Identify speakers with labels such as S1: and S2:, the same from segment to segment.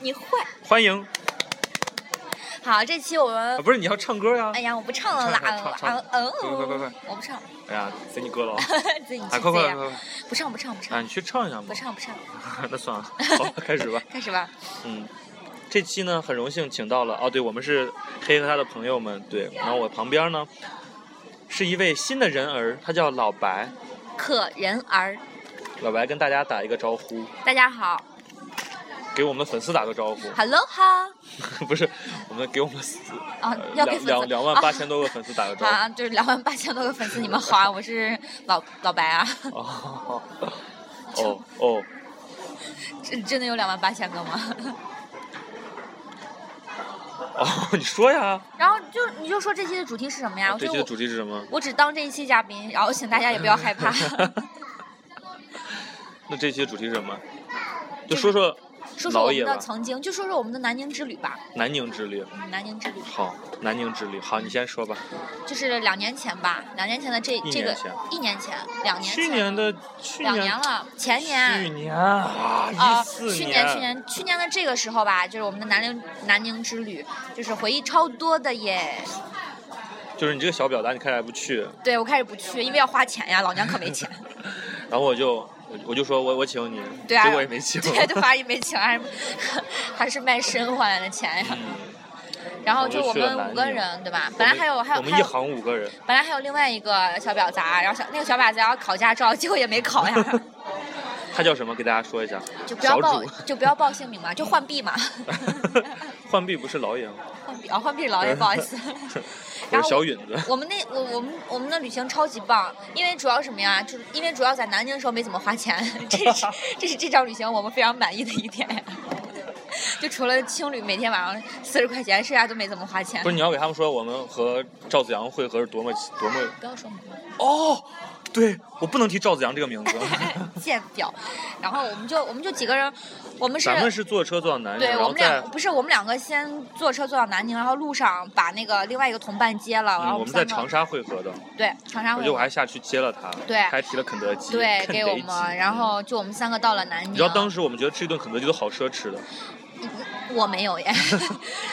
S1: 你会。
S2: 欢迎
S1: 好，这期我
S2: 啊，
S1: 们，
S2: 不是你要唱歌呀？
S1: 呃哎呀，我不唱了啦，
S2: 唱唱唱
S1: 啊嗯，
S2: 快快快快
S1: 我不唱，
S2: 哎呀，随你歌了啊！
S1: 自己去
S2: 哎，快
S1: 这
S2: 快快
S1: 样，
S2: 快！快
S1: 不唱不唱不
S2: 哎，
S1: 唱
S2: 你去唱一下
S1: 不
S2: 嘛。
S1: 唱不唱，
S2: 那算了，好，开始吧。
S1: 开始吧。
S2: 嗯，这期呢很荣幸请到了哦，对我们是黑和他的朋友们，对。然后我旁边呢是一位新的人儿，他叫老白。
S1: 可人儿，
S2: 老白跟大家打一个招呼，
S1: 大家好
S2: 给我们的粉丝打个招呼，
S1: ，Hello 哈，
S2: 不是我们给我们死
S1: 啊
S2: 呃，
S1: 要给
S2: 两
S1: 粉丝
S2: 两两万八千多个粉丝打个招呼。
S1: 啊，就是两万八千多个粉丝，你们好啊！我是老老白啊，
S2: 哦哦哦，
S1: 真真的有两万八千个吗？
S2: 哦，你说呀，
S1: 然后就你就说这期的主题是什么呀？我
S2: 哦这
S1: 觉得
S2: 期的
S1: 我
S2: 主题是什么？
S1: 我只当这一期嘉宾，然后请大家也不要害 怕。
S2: 那这期的主题是什么？
S1: 就
S2: 就
S1: 是
S2: 说说
S1: 说说我
S2: 老
S1: 们
S2: 野
S1: 的
S2: 吧，
S1: 曾经，就说说我们的南宁之旅吧。
S2: 南宁之旅。
S1: 嗯，南宁之旅
S2: 好，南宁之旅。好，你先说吧。
S1: 就是两年前吧，两年前的这
S2: 一
S1: 这个
S2: 年前
S1: 一年前，两年前，
S2: 去年的去
S1: 两年
S2: 年
S1: 了，前
S2: 去
S1: 年。
S2: 年啊，
S1: 啊，
S2: 一四
S1: 去年去年去年的这个时候吧，就是我们的南宁南宁之旅，就是回忆超多的耶。
S2: 就是你这个小表达，你开始还不去，
S1: 对我开始不去，因为要花钱呀，老娘可没钱。
S2: 然后我就我我就说我我请你，
S1: 对啊
S2: 结果也没请。
S1: 对，就花一没钱，还是还是卖身换来的钱呀。
S2: 嗯
S1: 然后
S2: 我
S1: 就
S2: 就
S1: 我
S2: 去了
S1: 们
S2: 南
S1: 五个
S2: 宁
S1: 人，对 吧？本来还有还有
S2: 我们
S1: 还
S2: 一
S1: 有，
S2: 行五个人，
S1: 本来还有另外一个小婊砸，然后小那个小婊砸要考驾照，结果也没考 呀，
S2: 他叫什么？给大家说一下。
S1: 就不要
S2: 小
S1: 报
S2: 主，
S1: 就不要报姓名嘛，就换 币嘛。
S2: 浣碧不是老野吗？
S1: 换币 啊，换币是老爷，不好意 思。
S2: 我
S1: 然
S2: 是
S1: 后
S2: 小允子。
S1: 我们那我我们我们的旅行超级棒，因为主要什么呀？就是因为主要在南京的时候没怎么花钱， 这是这是这场旅行我们非常满意的一点。 就除了青旅每天晚上四十块钱，剩下都没怎么花钱
S2: 不。是你要给他们说我们和赵子阳会合是多么多么
S1: 不要说名
S2: 哦，对我不能提赵子阳这个名 字。
S1: 字贱婊，然后我们就我们就几个人，我们是
S2: 咱们是坐车坐到南宁，
S1: 对
S2: 然
S1: 我
S2: 后
S1: 们
S2: 再
S1: 两不是我们两个先坐车坐到南宁，然后路上把那个另外一个同伴接了，然
S2: 嗯
S1: 后
S2: 我们
S1: 们
S2: 在
S1: 三个
S2: 长沙会合的，
S1: 对长沙
S2: 我
S1: 会
S2: 觉得我还下去接了他，
S1: 对
S2: 还提了肯德基，
S1: 对
S2: 肯
S1: 给我
S2: 德基嗯
S1: 们，然。后就我们三个到了南宁。
S2: 你知道当时我们觉得吃一顿肯德基都好奢侈的，
S1: 我没有 耶。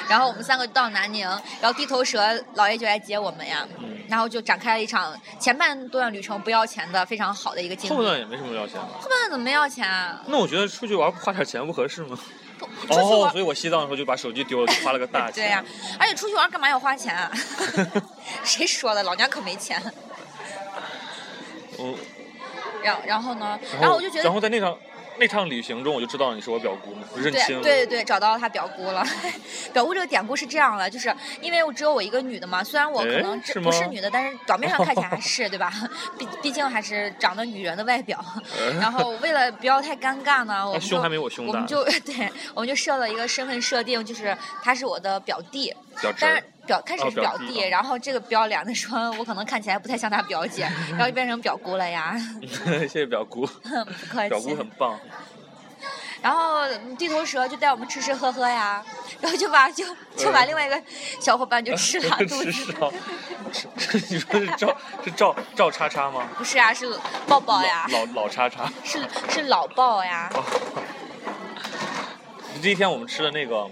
S1: 然后我们三个就到南宁，然后地头蛇老爷就来接我们呀，
S2: 嗯，
S1: 然后就展开了一场前半段旅程不要钱的非常好的一个经历。
S2: 后段也没什么要钱。
S1: 后半段怎么没要钱啊？
S2: 那我觉得出去玩不花点钱不合适吗？
S1: 不出去
S2: 哦，
S1: 玩。
S2: 所以我西藏的时候就把手机丢了，就花了个大 钱。
S1: 对呀、而且出去玩干嘛要花钱啊？ 谁说的？老娘可没钱。
S2: 嗯，
S1: 然后然后呢？
S2: 然后
S1: 然后我就觉
S2: 然
S1: 得，
S2: 后在那场那趟旅行中，我就知道你是我表姑嘛，我认
S1: 对
S2: 清了。
S1: 对对对，找到了他表姑了。表姑这个典故是这样的，就是因为我只有我一个女的嘛，虽然我可
S2: 哎
S1: 能这
S2: 是
S1: 不是
S2: 吗
S1: 女的，但是表面上看起来 还是对吧？毕毕竟还是长得女人的外表。
S2: 呃
S1: 然后为了不要太尴尬呢，我
S2: 他
S1: 们
S2: 哎胸
S1: 就
S2: 还没我胸
S1: 我
S2: 大
S1: 们， 就对，我们就设了一个身份设定，就是他是我的表弟，
S2: 较真
S1: 但
S2: 儿
S1: 是。表开始
S2: 哦
S1: 是
S2: 表
S1: 表
S2: 弟
S1: 弟，
S2: 哦
S1: 然后这个不要脸的说，我可能看起来不太像他表姐，然后 就变成表姑了呀，
S2: 谢谢 表姑，
S1: 不客
S2: 表姑
S1: 气。
S2: 很棒。
S1: 然后嗯地头蛇就带我们吃吃喝喝呀， 然后就把就就把
S2: 嗯
S1: 另外一个小伙伴就 吃 拉肚
S2: 吃
S1: 子，
S2: 烧， 吃你说是赵是赵赵叉叉吗？
S1: 不是啊，是抱抱呀，
S2: 老老老叉叉。
S1: 是是老抱呀，
S2: 这一天我们吃的那个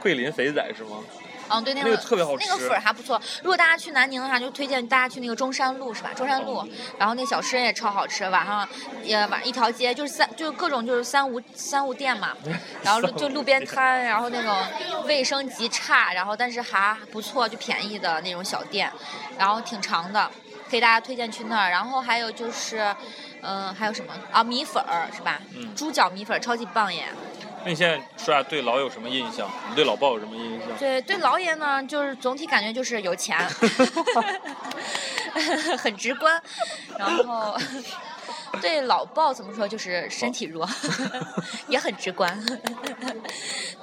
S2: 桂林肥仔是吗？
S1: 嗯，对，那
S2: 那个特别好
S1: 那个
S2: 吃
S1: 粉儿还不错。如果大家去南宁的话，就推荐大家去那个中山路，是吧？中山路，然后那小吃也超好吃，晚上也晚上一条街就是三，就是各种就是三无三无店嘛，然 后路就路边摊，然后那种卫生极差，然后但是还不错，就便宜的那种小店，然后挺长的，给大家推荐去那儿。然后还有就是，嗯、还有什么啊？米粉儿是吧？
S2: 嗯
S1: 猪脚米粉儿超级棒耶！
S2: 那你现在说下对老有什么印象？你对老鲍有什么印象？
S1: 对对，老爷呢，就是总体感觉就是有钱，很直观。然后对老鲍怎么说，就是身体弱，也很直观。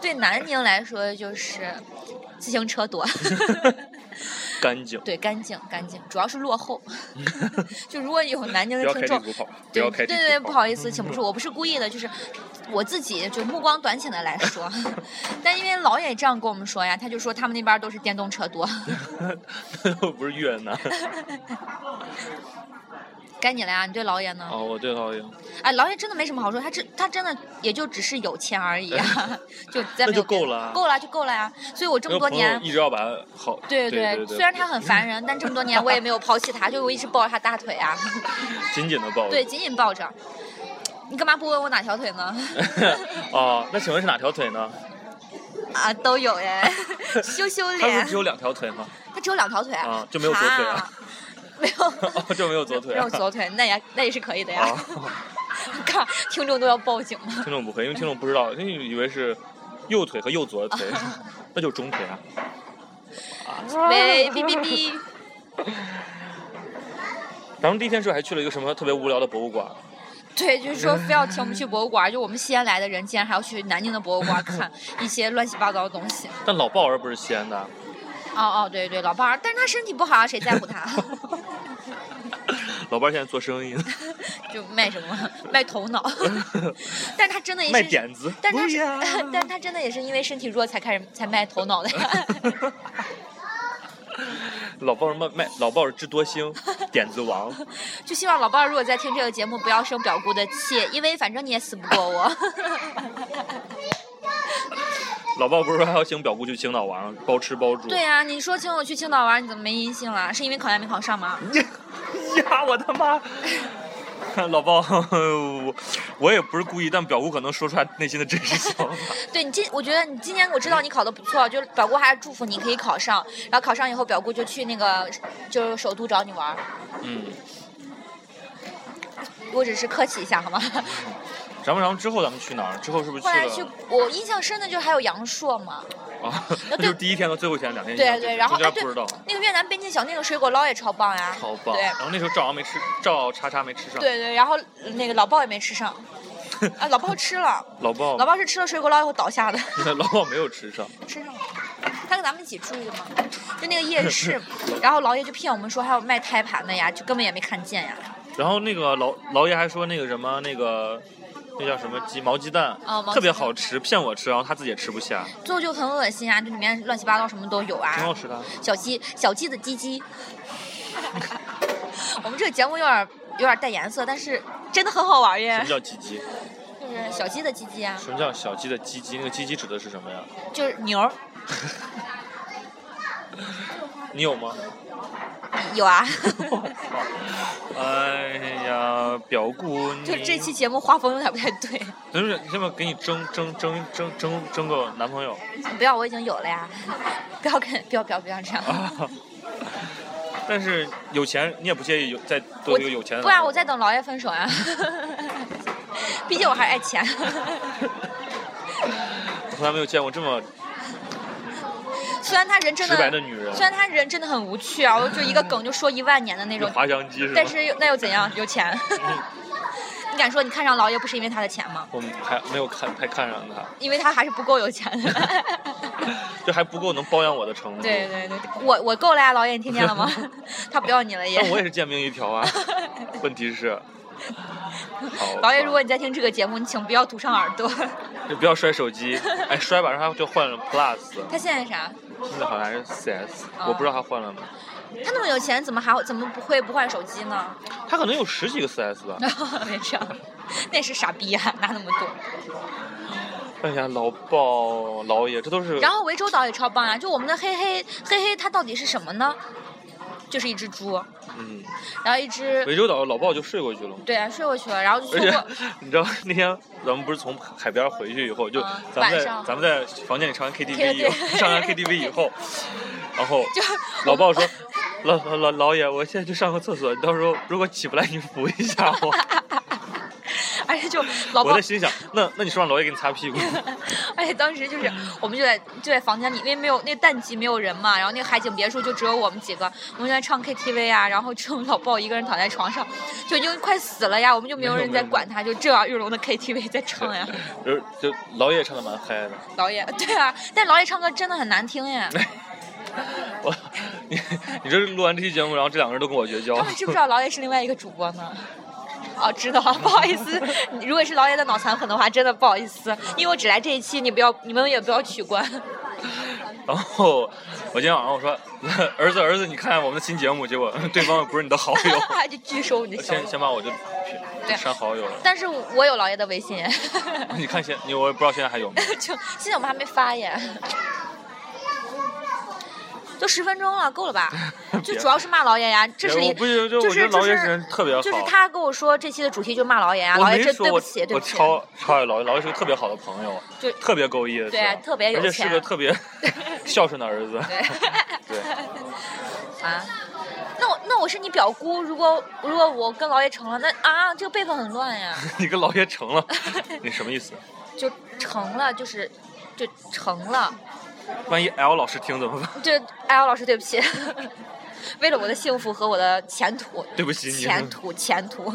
S1: 对南宁来说，就是自行车多。
S2: 干净，
S1: 对，干净干净，主要是落后。 就如果有南宁
S2: 不
S1: 的
S2: 要开
S1: 听
S2: 地
S1: 众
S2: 图，跑，不
S1: 对
S2: 要开
S1: 呃对
S2: 地
S1: 对，
S2: 图
S1: 不
S2: 跑。
S1: 好意思，请不是，我不是故意的，就是我自己就目光短浅的来 说，但因为老远也这样跟我们说呀，他就说他们那边都是电 动车多，
S2: 又不是越南，
S1: 该你了呀，你对老爷呢？
S2: 哦，我对老爷，
S1: 哎，老爷真的没什么好说，他这他真的也就只是有钱而已 啊，就再
S2: 那
S1: 没有
S2: 就
S1: 别的
S2: 够了啊
S1: 够了就够了呀。所以我这么多
S2: 那个
S1: 年
S2: 朋友，一直要把好，
S1: 对
S2: 对对，
S1: 虽然他很烦人，但这么多年我也没有抛弃他，就我一直抱着他大腿 啊，
S2: 紧紧的抱着，
S1: 对，紧紧抱着。你干嘛不问我哪条腿呢？
S2: 哦，那请问是哪条腿呢？
S1: 啊，都有 哎，羞羞
S2: 他不是
S1: 脸
S2: 只，有两条腿吗？
S1: 他只有两条腿
S2: 啊就没有左腿啊
S1: 啊，没有。
S2: 哦，就没有 左腿、
S1: 没
S2: 啊。
S1: 有左腿，那也那也是可以的呀。
S2: 哦，
S1: 看、听众都要报警了。
S2: 听众不会，因为听众不知道，因为以为是右腿和右 左的腿，那就是中腿啊。
S1: 喂，哔哔哔。
S2: 咱们第一天是不是还去了一个什么特别无聊的博物馆？
S1: 对，就是说非要请我们去博物馆，就我们西安来的人竟然还要去南京的博物馆看一些乱七八糟的东西。
S2: 但老鲍儿不是西安的，
S1: 哦哦，对对，老伴儿，但是他身体不好啊，谁在乎他？
S2: 老鲍儿现在做生意呢，
S1: 就卖什么卖头脑， 但是他真的也
S2: 卖
S1: 是，
S2: 点子。
S1: 但是他
S2: 不啊要
S1: 是， 但是他真的也是因为身体弱才开始才卖头脑的呀。
S2: 老鲍儿卖卖老鲍儿智多星，点子王。
S1: 就希望老伴儿如果在听这个节目，不要生表姑的气，因为反正你也死不过我。
S2: 老鲍儿不是说还要请表姑去青岛玩，包吃包住。
S1: 对呀、你说请我去青岛玩，你怎么没音信了？是因为考研没考上吗？
S2: 呀，我他妈！老鲍，我 我也不是故意，但表姑可能说出来内心的真实想法。
S1: 对你今，我觉得你今年我知道你考的不错，就是表姑还是祝福你可以考上，然后考上以后表姑就去那个就是首都找你玩儿。
S2: 嗯，
S1: 我只是客气一下好吗？
S2: 咱们然后之后咱们去哪儿？之后是不是
S1: 后来
S2: 去
S1: 去
S2: 了？
S1: 我印象深的就是还有阳朔嘛，
S2: 啊，
S1: 那
S2: 那
S1: 对
S2: 就是第一天和最后一天两天一
S1: 对
S2: 样
S1: 对，
S2: 就是
S1: 然后
S2: 中
S1: 哎
S2: 间
S1: 对
S2: 不知道，，
S1: 那个越南边境小那个水果捞也超棒呀，
S2: 超棒。
S1: 对
S2: 然后那时候赵阳没吃，赵叉叉没吃上，
S1: 对对，然后呃那个老鲍也没吃上，啊老鲍吃 了，
S2: 老鲍
S1: 老鲍是吃了水果捞以后倒下的，
S2: 老鲍没有吃上，
S1: 吃上了。他跟咱们一起住的嘛，就那个夜市，然后老爷就骗我们说还有卖胎盘的呀，就根本也没看见呀。
S2: 然后那个老老爷还说那个什么那个。那叫什么鸡毛鸡蛋，
S1: 哦毛
S2: 特别
S1: 鸡蛋
S2: 好吃，骗我吃，然后他自己也吃不下，
S1: 最后就很恶心啊，就里面乱七八糟什么都有
S2: 挺好
S1: 啊。
S2: 吃的。
S1: 小鸡，小鸡的鸡鸡。 我们这个节目有点有点带颜色，但是真的很好玩
S2: 什
S1: 耶
S2: 么。叫鸡鸡？
S1: 就是小鸡的鸡鸡啊，
S2: 什么叫小鸡的鸡鸡？那个鸡鸡指的是什么呀？
S1: 就是牛儿
S2: 你有吗？
S1: 有啊。
S2: 我操！哎呀，表姑，你
S1: 就这期节目画风有点不太对，
S2: 不是要不要给你争争争争争争个男朋友？
S1: 不要我已经有了呀，不要跟不要不要不要这样。
S2: 啊！但是有钱，你也不介意有再多
S1: 我
S2: 一个有钱的
S1: 不
S2: 男
S1: 然
S2: 朋
S1: 我
S2: 友？
S1: 在等老爷分手啊。 毕竟我还是爱钱。
S2: 我从来没有见过这么
S1: 虽然他人真
S2: 直白的
S1: 的，
S2: 女人
S1: 虽。然他人真的很无趣啊，我就一个梗就说一万年的那
S2: 有
S1: 种，
S2: 滑翔机是吧嗯
S1: 但？是又那又怎样？有钱。 你敢说你看上老爷不是因为他的钱吗？
S2: 我们还没有看，太看上他，
S1: 因为他还是不够有钱。
S2: 就还不够能包养我的程度。
S1: 对对对，我我够了呀，老爷，你听见了吗？ 他不要你了也
S2: 但。我也是贱命一条啊。 问题是，好吧
S1: 老爷，如果你在听这个节目，你请不要堵上耳朵。
S2: 你不要摔手机，哎，摔吧，然后他就换了 Plus，
S1: 他现在啥？
S2: 现在好像还是 CS，
S1: 哦
S2: 我不知道他换了没。
S1: 他那么有钱，怎么还怎么不会不换手机呢？
S2: 他可能有十几个 CS 吧。
S1: 没事儿，那是傻逼呀、拿那么多。
S2: 哎呀，老鲍老爷，这都是
S1: 然后涠洲岛也超棒啊！就我们的黑黑黑黑，它到底是什么呢？就是一只猪，
S2: 嗯，
S1: 然后一只
S2: 涠洲岛老鲍就睡过去了嘛。
S1: 对啊，睡过去了，然后就
S2: 而
S1: 错
S2: 且
S1: 过。
S2: 你知道那天咱们不是从海边回去以后，就
S1: 嗯
S2: 咱们
S1: 晚
S2: 在、
S1: 上
S2: 咱们在房间里唱完 KTV
S1: 对
S2: 以后，
S1: 对
S2: 唱完 KTV 以后，然后
S1: 就
S2: 老鲍说：“老老老老爷，我现在去上个厕所，你到时候如果起不来，你扶一下我。
S1: 而且就”老
S2: 我
S1: 鲍
S2: 在，心想，那那你说让老爷给你擦屁 股？
S1: 而且当时就是
S2: 嗯
S1: 我们就在就在房间里，因为没有那个淡季没有人嘛，然后那个海景别墅就只有我们几个，我们就在唱 KTV 啊，然后这种老鲍一个人躺在床上，就已经快死了呀，我们就没有
S2: 没有
S1: 人在
S2: 没有
S1: 管他，就这玩意儿玉龙的 KTV 在唱呀，
S2: 就是就老爷唱的蛮嗨的，
S1: 老爷对啊，但老爷唱歌真的很难听哎。
S2: 我 你你这录完这期节目，然后这两个人都跟我绝交
S1: 他。们知不知道老爷是另外一个主播呢？哦，知道， 不好意思，你如果是老爷的脑残粉的话，真的不好意思，因为我只来这一期，你不要，你们也不要取关。
S2: 然后我今天晚上我说， 儿子儿子，你看我们的新节目，结果对方不是你的好友，
S1: 就拒收你的小
S2: 先
S1: 友。
S2: 先哎把我就
S1: 对
S2: 删好友了。
S1: 但是我有老爷的微信，
S2: 你看现你我也不知道现在还有没有。？
S1: 就现在我们还没发耶，就十分钟了，够了吧就主要是骂老爷呀，这是
S2: 哎我
S1: 一
S2: 不就就我
S1: 就
S2: 觉得
S1: 是
S2: 老
S1: 就
S2: 爷人
S1: 是
S2: 特别好，
S1: 就是他跟我说这期的主题就是骂老爷呀，
S2: 我
S1: 啊老
S2: 没
S1: 爷这
S2: 说
S1: 对
S2: 我
S1: 不起，对
S2: 我
S1: 不起，
S2: 超超爱老爷，老爷是个特别好的朋友，
S1: 就
S2: 特别够意思，啊
S1: 对啊特别有
S2: 而且是
S1: 钱
S2: 个 特别孝顺的儿子。
S1: 对
S2: 对，
S1: 啊。那我那我是你表姑，如果如果我跟老爷成了，那啊这个辈分很乱呀，
S2: 你跟老爷成 了，你什么意思？
S1: 就成了就是就成了，
S2: 万一 L 老师听怎么办？
S1: 这艾瑶老师对不起， 为了我的幸福和我的前途，
S2: 对不起你。
S1: 前途前途，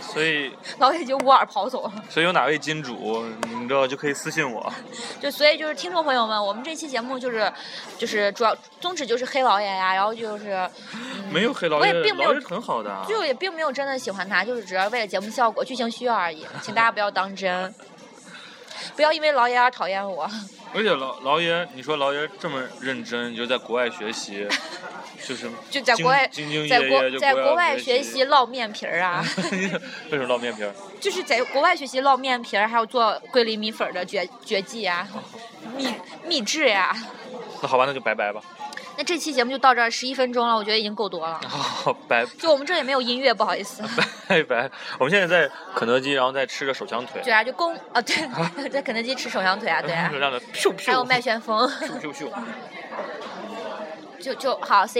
S2: 所以，
S1: 老爷已经无耳跑走了。
S2: 所以有哪位金主，你们知道就可以私信我。
S1: 就所以就是听众朋友们，我们这期节目就是就是主要宗旨就是黑老爷呀，然后就是
S2: 没有黑老
S1: 我
S2: 爷，
S1: 也并没
S2: 老
S1: 有
S2: 爷很好的啊。
S1: 就也并没有真的喜欢他，就是只是为了节目效果、剧情需要而已，请大家不要当真，不要因为老爷而讨厌我。
S2: 而且老老爷，你说老爷这么认真，你就在国外学习，就是
S1: 就在国外
S2: 兢兢兢
S1: 在
S2: 业业，
S1: 国
S2: 就
S1: 在国外
S2: 学
S1: 学习。嗯烙面皮儿啊，
S2: 为什么烙面皮儿？
S1: 就是在国外学习烙面皮儿，还有做桂林米粉儿的绝绝技啊，秘秘制呀、
S2: 那好吧，那就拜拜吧。
S1: 那这期节目就到这儿，十一分钟了，我觉得已经够多了。
S2: 好，拜
S1: 就我们这也没有音乐，不好意思。
S2: 拜拜。我们现在在肯德基，然后在吃着手枪腿，
S1: 对啊，就公啊，对，在肯德基吃手枪腿啊，对 啊
S2: 热，量的咻咻，
S1: 还有麦旋风，
S2: 咻咻咻。
S1: 就就好，C